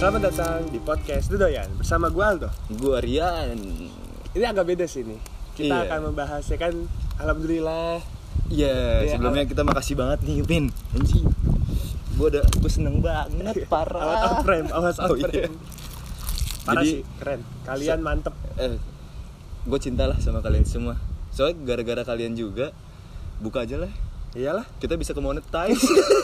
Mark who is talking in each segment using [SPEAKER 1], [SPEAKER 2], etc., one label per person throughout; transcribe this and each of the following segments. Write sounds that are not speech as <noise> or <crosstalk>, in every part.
[SPEAKER 1] Selamat datang di podcast Dudoyan bersama gue Aldo.
[SPEAKER 2] Gue Rian
[SPEAKER 1] Ini agak beda sih nih. Kita
[SPEAKER 2] Iya.
[SPEAKER 1] akan membahas ya kan alhamdulillah
[SPEAKER 2] Iya,
[SPEAKER 1] Iya,
[SPEAKER 2] sebelumnya kita makasih banget nih Pin Anji Gue udah, gue seneng
[SPEAKER 1] Iya.
[SPEAKER 2] banget,
[SPEAKER 1] Awas out
[SPEAKER 2] parah
[SPEAKER 1] frame, awas out
[SPEAKER 2] Oh, iya.
[SPEAKER 1] frame. Parah
[SPEAKER 2] Jadi-
[SPEAKER 1] sih, keren. Kalian mantep.
[SPEAKER 2] eh, Gue cintalah sama kalian semua Soalnya gara-gara kalian juga Buka aja lah
[SPEAKER 1] Iyalah,
[SPEAKER 2] Kita bisa ke monetize
[SPEAKER 1] <laughs>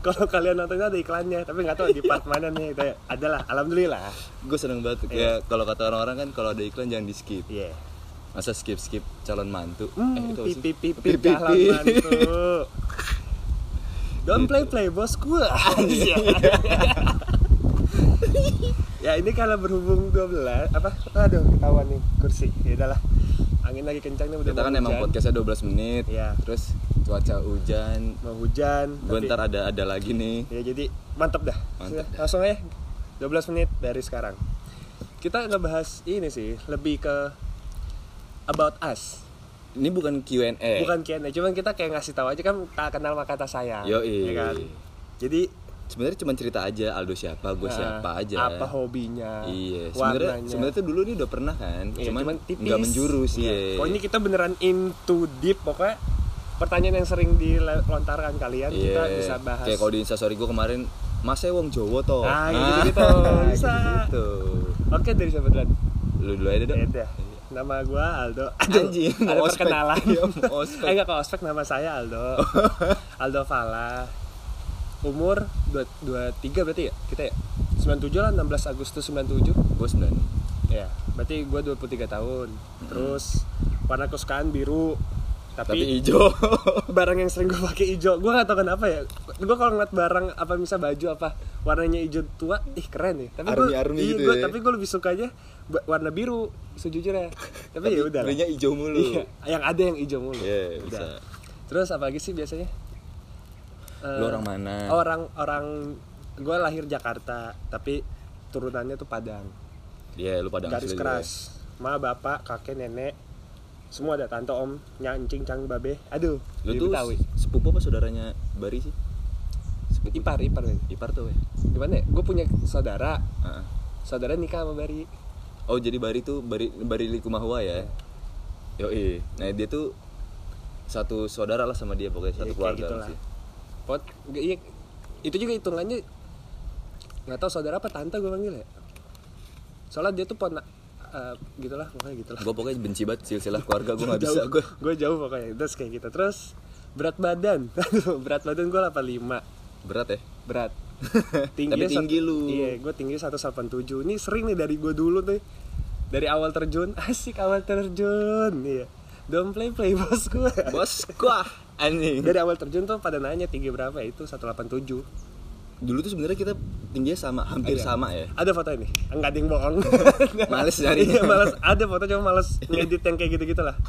[SPEAKER 1] kalau kalian nontonnya ada iklannya, tapi nggak tahu di part mana nih. Itu ya. adalah alhamdulillah.
[SPEAKER 2] Gue seneng banget Ya kalau kata orang-orang kan kalau ada iklan jangan di skip
[SPEAKER 1] Iya.
[SPEAKER 2] Masa skip-skip calon mantu Eh,
[SPEAKER 1] Hmm,
[SPEAKER 2] apa sih?
[SPEAKER 1] pipi pipi
[SPEAKER 2] Pipi-pipi.
[SPEAKER 1] halaman tuh. <laughs> Don't play play bosku. <laughs>
[SPEAKER 2] <laughs>
[SPEAKER 1] ya ini kalau berhubung 12 apa? Aduh, ketahuan nih kursi. Ya udahlah. Angin lagi kencang nih udah
[SPEAKER 2] Kita
[SPEAKER 1] mau
[SPEAKER 2] kan emang
[SPEAKER 1] hujan.
[SPEAKER 2] podcastnya 12 menit
[SPEAKER 1] Iya.
[SPEAKER 2] Terus cuaca hujan
[SPEAKER 1] mau hujan.
[SPEAKER 2] Gue
[SPEAKER 1] tapi-
[SPEAKER 2] ntar ada, ada lagi nih
[SPEAKER 1] Ya jadi mantap dah.
[SPEAKER 2] Mantap
[SPEAKER 1] Sudah, Langsung aja 12 menit dari sekarang. Kita ngebahas ini sih, lebih ke about us.
[SPEAKER 2] Ini bukan Q&A
[SPEAKER 1] Bukan Q&A, cuman kita kayak ngasih tahu aja kan tak kenal maka tak sayang.
[SPEAKER 2] Yoi.
[SPEAKER 1] ya kan? Jadi
[SPEAKER 2] sebenarnya cuma cerita aja Aldo siapa gue
[SPEAKER 1] eh,
[SPEAKER 2] siapa aja ya.
[SPEAKER 1] Apa hobinya?
[SPEAKER 2] iya sebenarnya
[SPEAKER 1] warnanya.
[SPEAKER 2] sebenarnya tuh dulu ini udah pernah kan
[SPEAKER 1] Iya,
[SPEAKER 2] cuman,
[SPEAKER 1] tipis.
[SPEAKER 2] nggak menjurus
[SPEAKER 1] Iya.
[SPEAKER 2] iya
[SPEAKER 1] Pokoknya kita beneran into deep pokoknya pertanyaan yang sering dilontarkan kalian
[SPEAKER 2] Iya.
[SPEAKER 1] kita bisa bahas.
[SPEAKER 2] kayak kalau di instastory gue kemarin masnya wong Jawa toh Nah,
[SPEAKER 1] Ah,
[SPEAKER 2] <laughs>
[SPEAKER 1] gitu-gitu. Bisa.
[SPEAKER 2] gitu
[SPEAKER 1] Oke dari siapa duluan?
[SPEAKER 2] lu dulu aja dong
[SPEAKER 1] Ya udah. Nama gua Aldo.
[SPEAKER 2] Anjing,
[SPEAKER 1] ada
[SPEAKER 2] mau ospek.
[SPEAKER 1] perkenalan.
[SPEAKER 2] Iya, mau <laughs> ospek.
[SPEAKER 1] Eh, enggak kalau ospek nama saya Aldo.
[SPEAKER 2] <laughs>
[SPEAKER 1] Aldo Fala. Umur 23 berarti ya? Kita ya? 97 lah 16 Agustus 97.
[SPEAKER 2] gue sembilan
[SPEAKER 1] Ya,
[SPEAKER 2] Iya.
[SPEAKER 1] berarti gua 23 tahun. Terus warna kesukaan biru.
[SPEAKER 2] tapi
[SPEAKER 1] <laughs> Tapi,
[SPEAKER 2] hijau
[SPEAKER 1] barang yang sering gue pakai hijau, gua gak tau kenapa ya. Gua kalau ngeliat barang apa misal baju apa warnanya hijau tua, ih keren ya. Tapi gua-
[SPEAKER 2] Army-army
[SPEAKER 1] iya,
[SPEAKER 2] gitu
[SPEAKER 1] gua-
[SPEAKER 2] ya.
[SPEAKER 1] tapi gue lebih sukanya ba- warna biru sejujurnya.
[SPEAKER 2] <laughs>
[SPEAKER 1] Tapi, ya udah. lah.
[SPEAKER 2] belinya hijau mulu
[SPEAKER 1] Iya, yang ada yang hijau mulu.
[SPEAKER 2] Iya,
[SPEAKER 1] Udah.
[SPEAKER 2] bisa
[SPEAKER 1] Terus apa lagi sih biasanya? Eh,
[SPEAKER 2] lu orang mana
[SPEAKER 1] Orang orang gue lahir Jakarta, tapi turunannya tuh Padang.
[SPEAKER 2] iya lu padang ya.
[SPEAKER 1] Garis
[SPEAKER 2] asli lu
[SPEAKER 1] keras. Ma, bapak, kakek, nenek, semua ada tante om, nyancing, cang, babe. Aduh,
[SPEAKER 2] ya. lu
[SPEAKER 1] jadi
[SPEAKER 2] tuh
[SPEAKER 1] Betawi.
[SPEAKER 2] sepupu apa saudaranya Bari sih sepupu
[SPEAKER 1] Ipar, ipar. Bang.
[SPEAKER 2] ipar tuh ya
[SPEAKER 1] Gimana ya? Gue punya saudara, saudara nikah sama Bari.
[SPEAKER 2] Oh jadi Bari tuh Bari Bari Likumahua ya. Yoi. Nah dia tuh satu saudara lah sama dia pokoknya
[SPEAKER 1] Ya,
[SPEAKER 2] satu
[SPEAKER 1] kayak
[SPEAKER 2] keluarga
[SPEAKER 1] gitu
[SPEAKER 2] lah
[SPEAKER 1] lah.
[SPEAKER 2] sih.
[SPEAKER 1] Pot, nggak, iya, itu juga hitungannya nggak tahu saudara apa tante gue panggil ya. Soalnya dia tuh pon eh, gitulah pokoknya gitulah.
[SPEAKER 2] Gue pokoknya benci banget silsilah keluarga gue nggak bisa gue.
[SPEAKER 1] Gue <laughs> jauh pokoknya. Terus kayak gitu. Terus berat badan. <laughs> berat badan gue 85
[SPEAKER 2] Berat ya.
[SPEAKER 1] <laughs> berat.
[SPEAKER 2] Tapi
[SPEAKER 1] sat-
[SPEAKER 2] tinggi lu.
[SPEAKER 1] Iya, gue tinggi 187. Ini sering nih dari gue dulu tuh. Dari awal terjun, <laughs> asik awal terjun. Iya. Don't play play <laughs> bos gue.
[SPEAKER 2] Bos kuah anjing.
[SPEAKER 1] Dari awal terjun tuh pada nanya tinggi berapa itu 187.
[SPEAKER 2] Dulu tuh sebenarnya kita tingginya sama hampir
[SPEAKER 1] Iya.
[SPEAKER 2] sama ya.
[SPEAKER 1] Ada foto ini? Enggak ada yang bohong.
[SPEAKER 2] <laughs> Males nyari.
[SPEAKER 1] Iya, malas. Ada foto cuma malas
[SPEAKER 2] <laughs>
[SPEAKER 1] ngedit yang kayak gitu-gitu lah.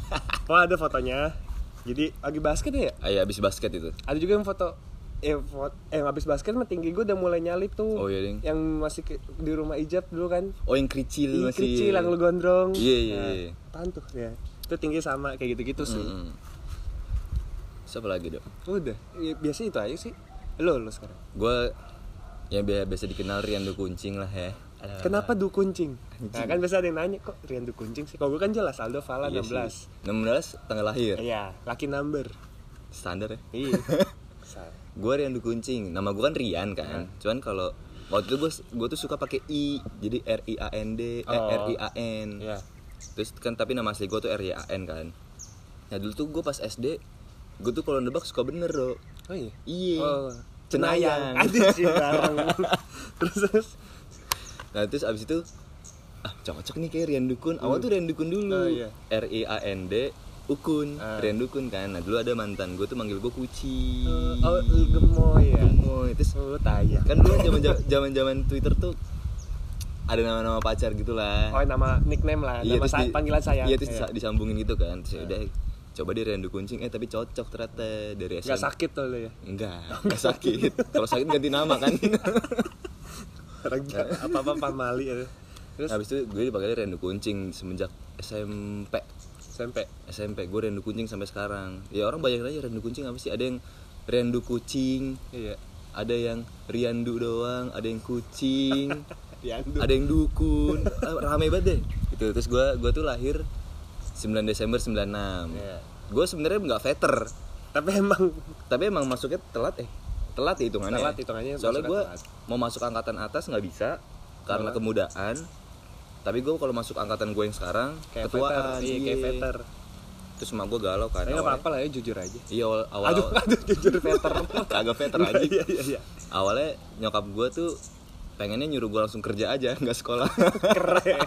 [SPEAKER 1] Oh, ada fotonya. Jadi lagi basket ya?
[SPEAKER 2] Ah, iya, abis basket itu.
[SPEAKER 1] Ada juga yang foto eh, foto, eh habis basket mah tinggi gue udah mulai nyalip tuh.
[SPEAKER 2] Oh, iya, Ding.
[SPEAKER 1] Yang masih ke- di rumah ijab dulu kan.
[SPEAKER 2] Oh yang kericil
[SPEAKER 1] Ih,
[SPEAKER 2] masih.
[SPEAKER 1] kecil yang lu gondrong.
[SPEAKER 2] Iya, iya, iya.
[SPEAKER 1] Pantuh ya. Itu tinggi sama kayak gitu-gitu sih.
[SPEAKER 2] Mm-mm. Siapa lagi dok?
[SPEAKER 1] Udah, ya, biasa itu aja sih. Lo lo sekarang.
[SPEAKER 2] Gue yang bi- biasa dikenal Riandu Kuncing lah ya. Alah.
[SPEAKER 1] Kenapa du kuncing? Nah, kan biasa ada yang nanya kok Rian du kuncing sih. Kalau gue kan jelas Aldo Fala
[SPEAKER 2] Iya
[SPEAKER 1] 16.
[SPEAKER 2] sih. 16 tanggal lahir.
[SPEAKER 1] Iya, lucky number.
[SPEAKER 2] Standar ya. <laughs>
[SPEAKER 1] Iya.
[SPEAKER 2] gue Rian Kuncing nama gue kan Rian kan
[SPEAKER 1] Iya.
[SPEAKER 2] cuman kalau waktu itu gue tuh suka pakai i jadi R I A N D eh,
[SPEAKER 1] Oh.
[SPEAKER 2] R I A N
[SPEAKER 1] Iya.
[SPEAKER 2] terus kan tapi nama asli gue tuh R I A N kan nah dulu tuh gue pas SD gue tuh kalau nebak suka bener loh
[SPEAKER 1] Oh iya.
[SPEAKER 2] iya
[SPEAKER 1] Oh,
[SPEAKER 2] Cenayang.
[SPEAKER 1] Ada sih
[SPEAKER 2] <laughs>
[SPEAKER 1] barang. terus terus.
[SPEAKER 2] nah terus abis itu ah cocok nih kayak Rian Dukun awal tuh Rian Dukun
[SPEAKER 1] Oh,
[SPEAKER 2] dulu
[SPEAKER 1] iya.
[SPEAKER 2] R I A N D Ukun
[SPEAKER 1] Ah.
[SPEAKER 2] Rian Dukun kan nah dulu ada mantan gue tuh manggil gue kuci
[SPEAKER 1] Oh, lu gemoy ya.
[SPEAKER 2] gemoy terus
[SPEAKER 1] Lu tayang.
[SPEAKER 2] kan dulu zaman zaman zaman Twitter tuh ada nama-nama pacar gitulah.
[SPEAKER 1] Oh,
[SPEAKER 2] Iya,
[SPEAKER 1] nama nickname lah, nama
[SPEAKER 2] terus
[SPEAKER 1] sa-
[SPEAKER 2] di-
[SPEAKER 1] panggilan sayang.
[SPEAKER 2] Iya terus
[SPEAKER 1] Iya.
[SPEAKER 2] disa- disambungin gitu kan. Terus udah coba dia rendu kuncing eh tapi cocok ternyata dari
[SPEAKER 1] Nggak
[SPEAKER 2] SMP.
[SPEAKER 1] sakit tuh lu ya.
[SPEAKER 2] Enggak, enggak
[SPEAKER 1] <laughs>
[SPEAKER 2] sakit. Kalau sakit ganti nama kan.
[SPEAKER 1] Apa-apa pamali ya. Terus
[SPEAKER 2] Habis itu gue dipanggil rendu kuncing semenjak SMP.
[SPEAKER 1] sampai
[SPEAKER 2] SMP gue rendu kuncing sampai sekarang. Ya orang banyak aja rendu kuncing apa sih? Ada yang rendu kucing,
[SPEAKER 1] iya.
[SPEAKER 2] ada yang Riandu doang ada yang
[SPEAKER 1] <laughs>
[SPEAKER 2] kucing
[SPEAKER 1] Riandu.
[SPEAKER 2] ada yang dukun <laughs> Eh, rame banget deh gitu terus gua gua tuh lahir 9 Desember 96
[SPEAKER 1] Iya.
[SPEAKER 2] gue sebenarnya nggak veter
[SPEAKER 1] Tapi emang
[SPEAKER 2] tapi emang masuknya telat eh telat ya hitungannya
[SPEAKER 1] Telat
[SPEAKER 2] ya?
[SPEAKER 1] hitungannya
[SPEAKER 2] soalnya
[SPEAKER 1] masuknya
[SPEAKER 2] gue
[SPEAKER 1] telat. Iya.
[SPEAKER 2] mau masuk angkatan atas nggak bisa karena
[SPEAKER 1] Kenapa?
[SPEAKER 2] kemudaan tapi gue kalau masuk angkatan gue yang sekarang
[SPEAKER 1] kayak veter,
[SPEAKER 2] ketuaan
[SPEAKER 1] iya kayak
[SPEAKER 2] iya.
[SPEAKER 1] veter.
[SPEAKER 2] terus sama gue galau kan
[SPEAKER 1] Tapi nggak
[SPEAKER 2] awalnya.
[SPEAKER 1] apa-apa lah ya jujur aja.
[SPEAKER 2] iya awal awal
[SPEAKER 1] Aduh, aduh jujur
[SPEAKER 2] <laughs> veter <laughs> kagak veter
[SPEAKER 1] Iya,
[SPEAKER 2] aja
[SPEAKER 1] Iya iya iya.
[SPEAKER 2] awalnya nyokap gue tuh pengennya nyuruh gue langsung kerja aja <laughs> nggak sekolah
[SPEAKER 1] Keren.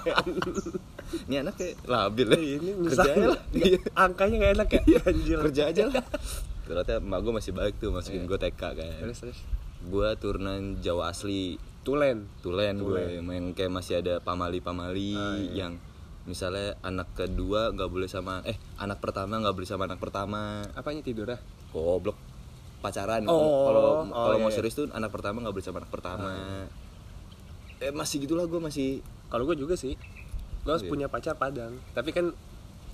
[SPEAKER 2] <laughs> ini anak kayak labil ya.
[SPEAKER 1] Iya, Ini
[SPEAKER 2] kerja aja
[SPEAKER 1] misalnya
[SPEAKER 2] lah
[SPEAKER 1] <laughs>
[SPEAKER 2] Iya.
[SPEAKER 1] angkanya nggak enak ya anjir.
[SPEAKER 2] kerja aja lah ternyata emak gue masih baik tuh masukin gue TK kan
[SPEAKER 1] Iya. Terus terus.
[SPEAKER 2] gue turunan Jawa asli
[SPEAKER 1] Tulen. Ah, iya.
[SPEAKER 2] tulen gue main kayak masih ada pamali-pamali yang misalnya anak kedua nggak boleh sama eh anak pertama nggak boleh sama anak pertama
[SPEAKER 1] Apanya tidur ah?
[SPEAKER 2] goblok pacaran
[SPEAKER 1] Oh,
[SPEAKER 2] kalau kalau
[SPEAKER 1] oh,
[SPEAKER 2] kalau mau
[SPEAKER 1] iya. Ah,
[SPEAKER 2] serius tuh anak pertama nggak boleh sama anak pertama
[SPEAKER 1] iya.
[SPEAKER 2] eh masih gitulah gue masih
[SPEAKER 1] Kalau gue juga sih, gue
[SPEAKER 2] Iya.
[SPEAKER 1] harus punya pacar Padang. Tapi kan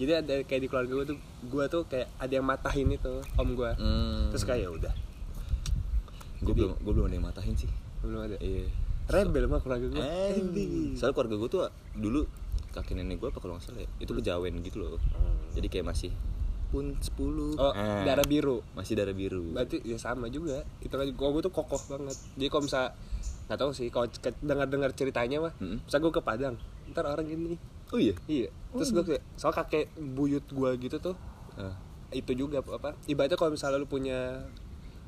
[SPEAKER 1] jadi ada kayak di keluarga gue tuh, gue tuh kayak ada yang matahin itu om gue.
[SPEAKER 2] hmm,
[SPEAKER 1] Terus kayak ya udah,
[SPEAKER 2] gue belum gue belum ada yang matahin sih
[SPEAKER 1] belum ada.
[SPEAKER 2] iya
[SPEAKER 1] Rebel mah keluarga gue.
[SPEAKER 2] Anjing. Soalnya keluarga gue tuh dulu kakek nenek gue apa kalau nggak salah ya,
[SPEAKER 1] Hmm.
[SPEAKER 2] itu kejawen gitu loh. Jadi kayak masih pun 10.
[SPEAKER 1] Oh,
[SPEAKER 2] Ah,
[SPEAKER 1] darah biru.
[SPEAKER 2] masih darah biru.
[SPEAKER 1] Berarti ya sama juga. Itu kan gue tuh kokoh banget. Jadi kalau misal nggak tahu sih, kalau ke- dengar-dengar ceritanya mah,
[SPEAKER 2] Mm-mm.
[SPEAKER 1] misal gue ke Padang, ntar orang gini,
[SPEAKER 2] Oh iya.
[SPEAKER 1] iya. Terus gue kayak, soal kakek buyut gue gitu tuh,
[SPEAKER 2] Ah,
[SPEAKER 1] itu juga apa? Ibaratnya kalau misalnya lu punya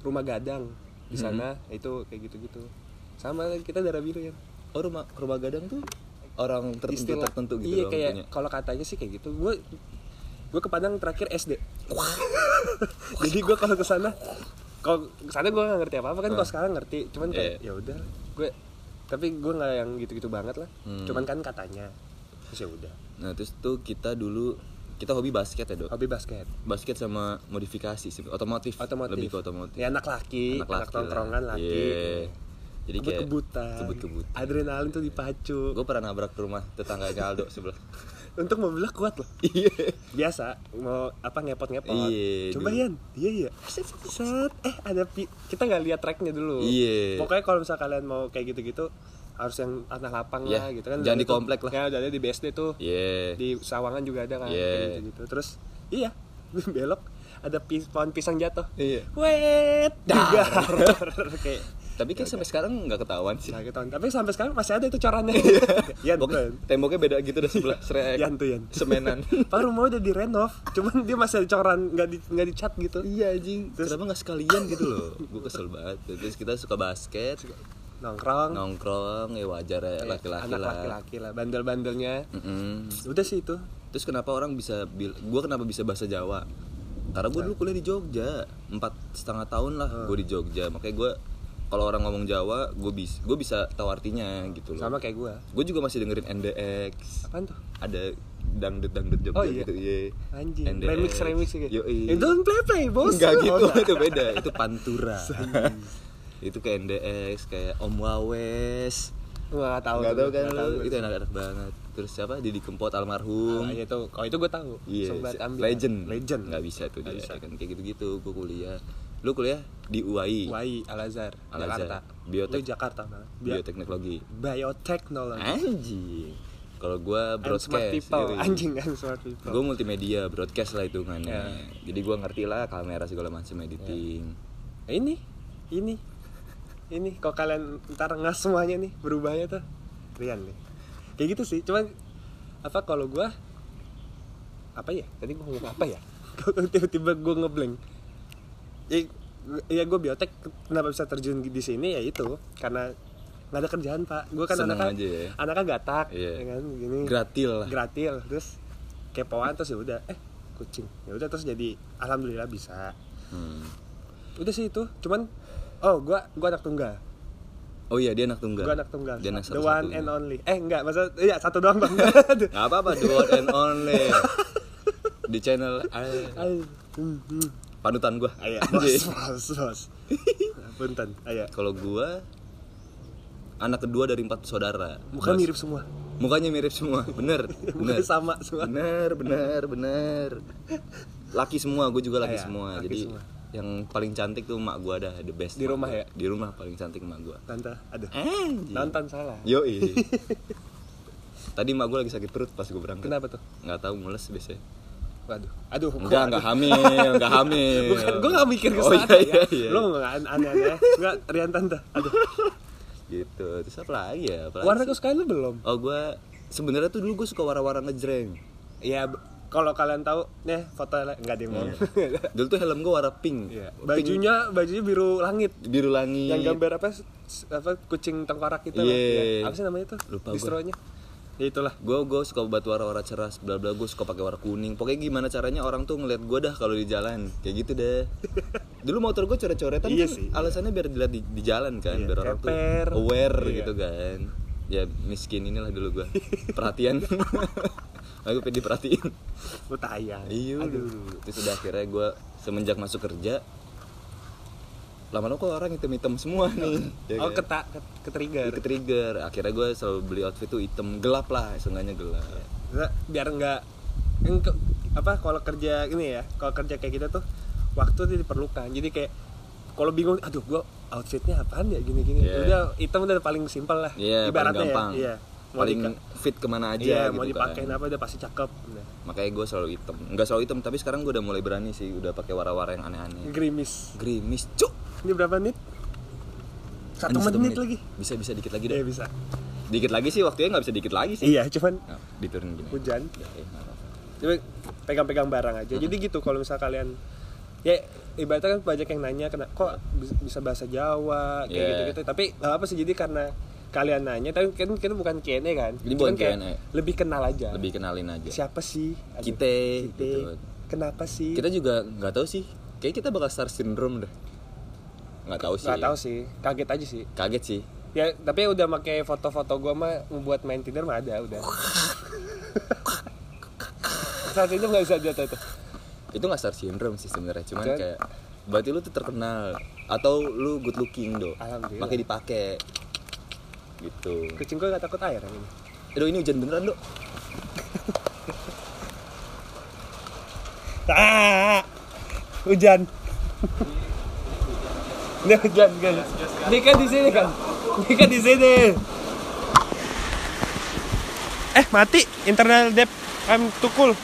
[SPEAKER 1] rumah gadang
[SPEAKER 2] Mm-hmm.
[SPEAKER 1] di sana, itu kayak gitu-gitu. Sama kita darah biru ya.
[SPEAKER 2] oh rumah rumah gadang tuh orang tertentu
[SPEAKER 1] Istilah-
[SPEAKER 2] tertentu gitu
[SPEAKER 1] iya
[SPEAKER 2] doang
[SPEAKER 1] kayak
[SPEAKER 2] punya.
[SPEAKER 1] kalau katanya sih kayak gitu gue gue ke Padang terakhir SD <laughs> jadi gue kalau ke sana kalau ke sana gue nggak ngerti apa apa kan kalau sekarang ngerti cuman kayak
[SPEAKER 2] Iya.
[SPEAKER 1] ya udah gue tapi gue nggak yang gitu-gitu banget lah
[SPEAKER 2] Hmm.
[SPEAKER 1] cuman kan katanya terus ya udah
[SPEAKER 2] Nah, terus tuh kita dulu kita hobi basket ya, Dok.
[SPEAKER 1] hobi basket
[SPEAKER 2] Basket sama modifikasi sih, otomotif.
[SPEAKER 1] otomotif
[SPEAKER 2] Lebih ke otomotif.
[SPEAKER 1] ya anak laki anak,
[SPEAKER 2] laki lah.
[SPEAKER 1] tongkrongan laki
[SPEAKER 2] Iya. Jadi kayak
[SPEAKER 1] kebut-kebutan
[SPEAKER 2] kebut-kebutan.
[SPEAKER 1] adrenalin tuh dipacu
[SPEAKER 2] Gue pernah nabrak rumah tetangganya Aldo
[SPEAKER 1] <laughs>
[SPEAKER 2] sebelah.
[SPEAKER 1] untuk mobilnya kuat loh
[SPEAKER 2] Iya.
[SPEAKER 1] biasa mau apa ngepot-ngepot
[SPEAKER 2] Iya,
[SPEAKER 1] coba
[SPEAKER 2] dulu.
[SPEAKER 1] Yan iya iya set eh ada pi- kita nggak lihat tracknya dulu
[SPEAKER 2] Iya.
[SPEAKER 1] pokoknya kalau misal kalian mau kayak gitu-gitu harus yang tanah lapang
[SPEAKER 2] Iya,
[SPEAKER 1] lah gitu kan
[SPEAKER 2] jangan
[SPEAKER 1] Dulu
[SPEAKER 2] di komplek
[SPEAKER 1] tuh-
[SPEAKER 2] lah.
[SPEAKER 1] ya ada di BSD tuh
[SPEAKER 2] Iya.
[SPEAKER 1] di Sawangan juga ada kan
[SPEAKER 2] Iya.
[SPEAKER 1] kayak gitu-gitu terus iya <laughs> belok ada pis- pohon pisang jatuh
[SPEAKER 2] Iya.
[SPEAKER 1] wet juga <laughs> kayak
[SPEAKER 2] Tapi kayak sampai sekarang nggak ketahuan sih.
[SPEAKER 1] nah, gitu. tapi sampai sekarang masih ada itu corannya <laughs> Iya, Yan
[SPEAKER 2] Iya. Pokoknya
[SPEAKER 1] Yan.
[SPEAKER 2] temboknya beda gitu dah <laughs> sebelah srek.
[SPEAKER 1] Yan tuh, Yan.
[SPEAKER 2] Semenan.
[SPEAKER 1] <laughs> Pak rumah udah direnov, cuman dia masih ada coran nggak di nggak dicat gitu.
[SPEAKER 2] <laughs> iya anjing. Kenapa nggak sekalian gitu loh? Gue kesel banget. Terus kita suka basket,
[SPEAKER 1] Nongkrong,
[SPEAKER 2] nongkrong, ya wajar
[SPEAKER 1] eh,
[SPEAKER 2] ya laki-laki
[SPEAKER 1] anak
[SPEAKER 2] lah. Mm.
[SPEAKER 1] laki-laki lah, bandel-bandelnya.
[SPEAKER 2] Mm-mm.
[SPEAKER 1] Udah sih itu.
[SPEAKER 2] Terus kenapa orang bisa bil- gue kenapa bisa bahasa Jawa? Karena gue dulu kuliah di Jogja, empat setengah tahun lah gue di Jogja. Makanya gue kalau orang ngomong Jawa, gue bisa gue bisa tahu artinya gitu loh.
[SPEAKER 1] Sama kayak gua.
[SPEAKER 2] Gue juga masih dengerin NDX.
[SPEAKER 1] Apaan tuh?
[SPEAKER 2] ada dangdut dangdut Jogja
[SPEAKER 1] Oh, iya.
[SPEAKER 2] gitu iya
[SPEAKER 1] Anjing,
[SPEAKER 2] NDX.
[SPEAKER 1] remix remix gitu. Eh,
[SPEAKER 2] Yoi.
[SPEAKER 1] don't play play, bos.
[SPEAKER 2] Enggak
[SPEAKER 1] Oh,
[SPEAKER 2] gitu <laughs> itu beda itu pantura <laughs> itu kayak NDX kayak Om Wawes
[SPEAKER 1] Gua nggak tahu.
[SPEAKER 2] nggak tahu kan
[SPEAKER 1] Nggak
[SPEAKER 2] lu?
[SPEAKER 1] gua.
[SPEAKER 2] itu enak enak banget terus siapa Didi Kempot
[SPEAKER 1] Ah,
[SPEAKER 2] almarhum
[SPEAKER 1] iya tuh. Kalau itu gua tahu.
[SPEAKER 2] Iya,
[SPEAKER 1] Sobat ambil.
[SPEAKER 2] legend.
[SPEAKER 1] Legend.
[SPEAKER 2] Nggak bisa tuh
[SPEAKER 1] Nggak
[SPEAKER 2] dia
[SPEAKER 1] bisa.
[SPEAKER 2] kan kayak gitu-gitu. Gue kuliah. Lu kuliah di UAI,
[SPEAKER 1] Wai Al Azhar,
[SPEAKER 2] Al Azhar.
[SPEAKER 1] Jakarta.
[SPEAKER 2] Biotek.
[SPEAKER 1] Lu Jakarta malah. Bi-
[SPEAKER 2] Bioteknologi.
[SPEAKER 1] Bioteknologi.
[SPEAKER 2] Anjing. Kalau
[SPEAKER 1] I'm smart
[SPEAKER 2] gua Ah, broadcast.
[SPEAKER 1] people.
[SPEAKER 2] yoi.
[SPEAKER 1] Anjing I'm smart people.
[SPEAKER 2] gue multimedia broadcast lah hitungannya
[SPEAKER 1] Ya.
[SPEAKER 2] jadi gue ngerti lah kamera segala macam editing
[SPEAKER 1] Nah, ini ini ini kalau kalian ntar ngas semuanya nih berubahnya tuh Rian nih kayak gitu sih cuman apa kalau gua apa ya tadi gua ngomong apa ya <laughs> tiba-tiba gua ngeblank ya, ya gue biotek kenapa bisa terjun di sini ya itu karena nggak ada kerjaan pak gue kan
[SPEAKER 2] Seneng
[SPEAKER 1] anaknya
[SPEAKER 2] aja ya.
[SPEAKER 1] anaknya gatak
[SPEAKER 2] Iya.
[SPEAKER 1] ya kan gini
[SPEAKER 2] gratil lah
[SPEAKER 1] gratil terus kepoan terus ya udah eh kucing ya udah terus jadi alhamdulillah bisa
[SPEAKER 2] Hmm.
[SPEAKER 1] udah sih itu cuman oh gua gua anak tunggal
[SPEAKER 2] oh iya dia anak tunggal
[SPEAKER 1] gua anak tunggal
[SPEAKER 2] dia anak
[SPEAKER 1] the
[SPEAKER 2] satu
[SPEAKER 1] one and only eh enggak masa iya satu doang
[SPEAKER 2] <laughs>
[SPEAKER 1] bang <laughs>
[SPEAKER 2] nggak apa apa the one and only di channel ah,
[SPEAKER 1] Ay, hmm, hmm.
[SPEAKER 2] panutan gue
[SPEAKER 1] Ayo, iya, bos, bos, bos. Punten, ayo.
[SPEAKER 2] <laughs> kalau gue anak kedua dari empat saudara
[SPEAKER 1] Bukan
[SPEAKER 2] Mas-
[SPEAKER 1] mirip semua.
[SPEAKER 2] mukanya mirip semua bener
[SPEAKER 1] <laughs>
[SPEAKER 2] bener
[SPEAKER 1] Mukanya sama semua.
[SPEAKER 2] bener bener bener laki semua gue juga laki
[SPEAKER 1] Iya,
[SPEAKER 2] semua
[SPEAKER 1] laki
[SPEAKER 2] jadi
[SPEAKER 1] semua.
[SPEAKER 2] yang paling cantik tuh emak gua dah the best
[SPEAKER 1] Di
[SPEAKER 2] emak
[SPEAKER 1] rumah
[SPEAKER 2] gua.
[SPEAKER 1] ya?
[SPEAKER 2] di rumah paling cantik emak gua
[SPEAKER 1] Tante, aduh.
[SPEAKER 2] Anjir. Iya.
[SPEAKER 1] Nonton salah. <laughs>
[SPEAKER 2] Yoi. Tadi emak gue lagi sakit perut pas gue berangkat.
[SPEAKER 1] Kenapa tuh?
[SPEAKER 2] Nggak tahu mules biasanya.
[SPEAKER 1] Waduh. Aduh, gua-
[SPEAKER 2] Enggak, enggak hamil,
[SPEAKER 1] <laughs>
[SPEAKER 2] enggak hamil.
[SPEAKER 1] Bukan, gue gak mikir ke
[SPEAKER 2] Oh,
[SPEAKER 1] sana
[SPEAKER 2] iya, iya,
[SPEAKER 1] ya.
[SPEAKER 2] iya.
[SPEAKER 1] Lo gak aneh-aneh ya. Enggak, Rian Tante. Aduh.
[SPEAKER 2] Gitu. Terus apa lagi ya? Apa lagi
[SPEAKER 1] Warna
[SPEAKER 2] sih?
[SPEAKER 1] kesukaan lu belum?
[SPEAKER 2] Oh, gue sebenarnya tuh dulu gue suka
[SPEAKER 1] <laughs>
[SPEAKER 2] warna-warna ngejreng.
[SPEAKER 1] Ya, b- kalau kalian tahu, nih foto enggak deh mau.
[SPEAKER 2] Dulu tuh helm gue warna pink.
[SPEAKER 1] Iya.
[SPEAKER 2] Pink,
[SPEAKER 1] Bajunya bajunya biru langit.
[SPEAKER 2] biru langit.
[SPEAKER 1] Yang gambar apa? s- Apa kucing tengkorak itu? loh. Ya,
[SPEAKER 2] Iya.
[SPEAKER 1] Apa sih namanya itu?
[SPEAKER 2] Lupa gua.
[SPEAKER 1] Distronya. Ya itulah.
[SPEAKER 2] Gue gue suka buat warna-warna cerah, bla bla. Gue suka pakai warna kuning. Pokoknya gimana caranya orang tuh ngeliat gue dah kalau di jalan, kayak gitu
[SPEAKER 1] <laughs>
[SPEAKER 2] deh. Dulu motor gue coret-coretan
[SPEAKER 1] Iya
[SPEAKER 2] kan
[SPEAKER 1] sih, iya.
[SPEAKER 2] alasannya biar dilihat di, di jalan kan,
[SPEAKER 1] Iya,
[SPEAKER 2] biar orang tuh
[SPEAKER 1] ceper.
[SPEAKER 2] aware
[SPEAKER 1] Iya.
[SPEAKER 2] gitu kan. Ya miskin inilah dulu
[SPEAKER 1] <laughs>
[SPEAKER 2] gue. Perhatian. <laughs> Aku pengen diperhatiin.
[SPEAKER 1] Lu tayang.
[SPEAKER 2] Iya.
[SPEAKER 1] Aduh.
[SPEAKER 2] Terus udah akhirnya gue semenjak masuk kerja lama-lama kok orang hitam-hitam semua nih. ya
[SPEAKER 1] Oh,
[SPEAKER 2] kan?
[SPEAKER 1] keta ke, ke trigger.
[SPEAKER 2] Itu trigger. Akhirnya gue selalu beli outfit tuh hitam gelap lah, seenggaknya gelap.
[SPEAKER 1] Nah, biar nggak engke- apa kalau kerja ini ya kalau kerja kayak kita tuh waktu itu diperlukan jadi kayak kalau bingung aduh gua outfitnya apaan ya gini gini
[SPEAKER 2] Iya.
[SPEAKER 1] udah hitam udah paling simpel lah
[SPEAKER 2] Iya, paling
[SPEAKER 1] ibaratnya
[SPEAKER 2] gampang.
[SPEAKER 1] ya iya mau
[SPEAKER 2] Paling
[SPEAKER 1] dika-
[SPEAKER 2] fit kemana aja
[SPEAKER 1] iya,
[SPEAKER 2] gitu
[SPEAKER 1] mau dipakein
[SPEAKER 2] kan.
[SPEAKER 1] apa udah pasti cakep nah,
[SPEAKER 2] Makanya gue selalu hitam. Enggak selalu hitam, tapi sekarang gue udah mulai berani sih, udah pakai warna-warna yang
[SPEAKER 1] Hmm.
[SPEAKER 2] aneh-aneh.
[SPEAKER 1] gerimis
[SPEAKER 2] Grimis, cuk.
[SPEAKER 1] ini berapa menit satu,
[SPEAKER 2] Anjing,
[SPEAKER 1] menit, lagi
[SPEAKER 2] Bisa bisa dikit lagi
[SPEAKER 1] iya
[SPEAKER 2] deh.
[SPEAKER 1] bisa
[SPEAKER 2] Dikit lagi sih waktunya nggak bisa dikit lagi sih.
[SPEAKER 1] iya cuman
[SPEAKER 2] Nah, diturunin gini.
[SPEAKER 1] hujan
[SPEAKER 2] Ya, ya, nggak apa-apa.
[SPEAKER 1] Jadi pegang-pegang barang aja. Jadi gitu kalau misal kalian ya ibaratnya kan banyak yang nanya kena kok bis- bisa bahasa Jawa kayak
[SPEAKER 2] Yeah.
[SPEAKER 1] gitu-gitu. Tapi nggak apa sih jadi karena kalian nanya tapi kan kita bukan Q&A kan.
[SPEAKER 2] Ini
[SPEAKER 1] Cuman
[SPEAKER 2] bukan
[SPEAKER 1] kayak
[SPEAKER 2] Q&A.
[SPEAKER 1] Lebih kenal aja.
[SPEAKER 2] Lebih kenalin aja.
[SPEAKER 1] Siapa sih? Aduh,
[SPEAKER 2] Kita,
[SPEAKER 1] kita.
[SPEAKER 2] gitu.
[SPEAKER 1] Kenapa sih?
[SPEAKER 2] Kita juga nggak tahu sih. Kayak kita bakal star syndrome deh. Nggak tahu sih.
[SPEAKER 1] nggak tahu sih. Kaget aja sih.
[SPEAKER 2] Kaget sih.
[SPEAKER 1] Ya tapi udah pakai foto-foto gua mah membuat main Tinder mah ada
[SPEAKER 2] <laughs>
[SPEAKER 1] udah. Saat itu nggak bisa jatuh tuh.
[SPEAKER 2] itu nggak star syndrome sih sebenarnya cuman
[SPEAKER 1] Dan-
[SPEAKER 2] kayak berarti lu tuh terkenal atau lu good looking do
[SPEAKER 1] Alhamdulillah.
[SPEAKER 2] makanya dipakai gitu
[SPEAKER 1] Kucing gua nggak takut air yang ini.
[SPEAKER 2] Aduh ini hujan beneran do
[SPEAKER 1] Ah, hujan. <laughs> Ini hujan kan. Ini kan di sini kan. Ini kan di sini. Eh mati internal dep. I'm tukul.